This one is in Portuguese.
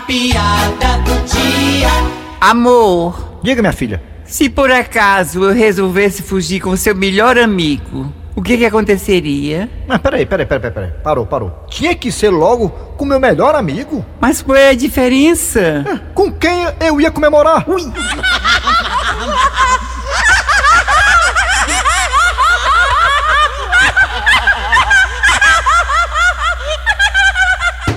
piada do dia. Amor, Diga, minha filha. se por acaso eu resolvesse fugir com seu melhor amigo, o que que aconteceria? Mas Ah, peraí, peraí, peraí, peraí, peraí. Parou, parou. Tinha que ser logo com meu melhor amigo? Mas qual é a diferença? Com quem eu ia comemorar?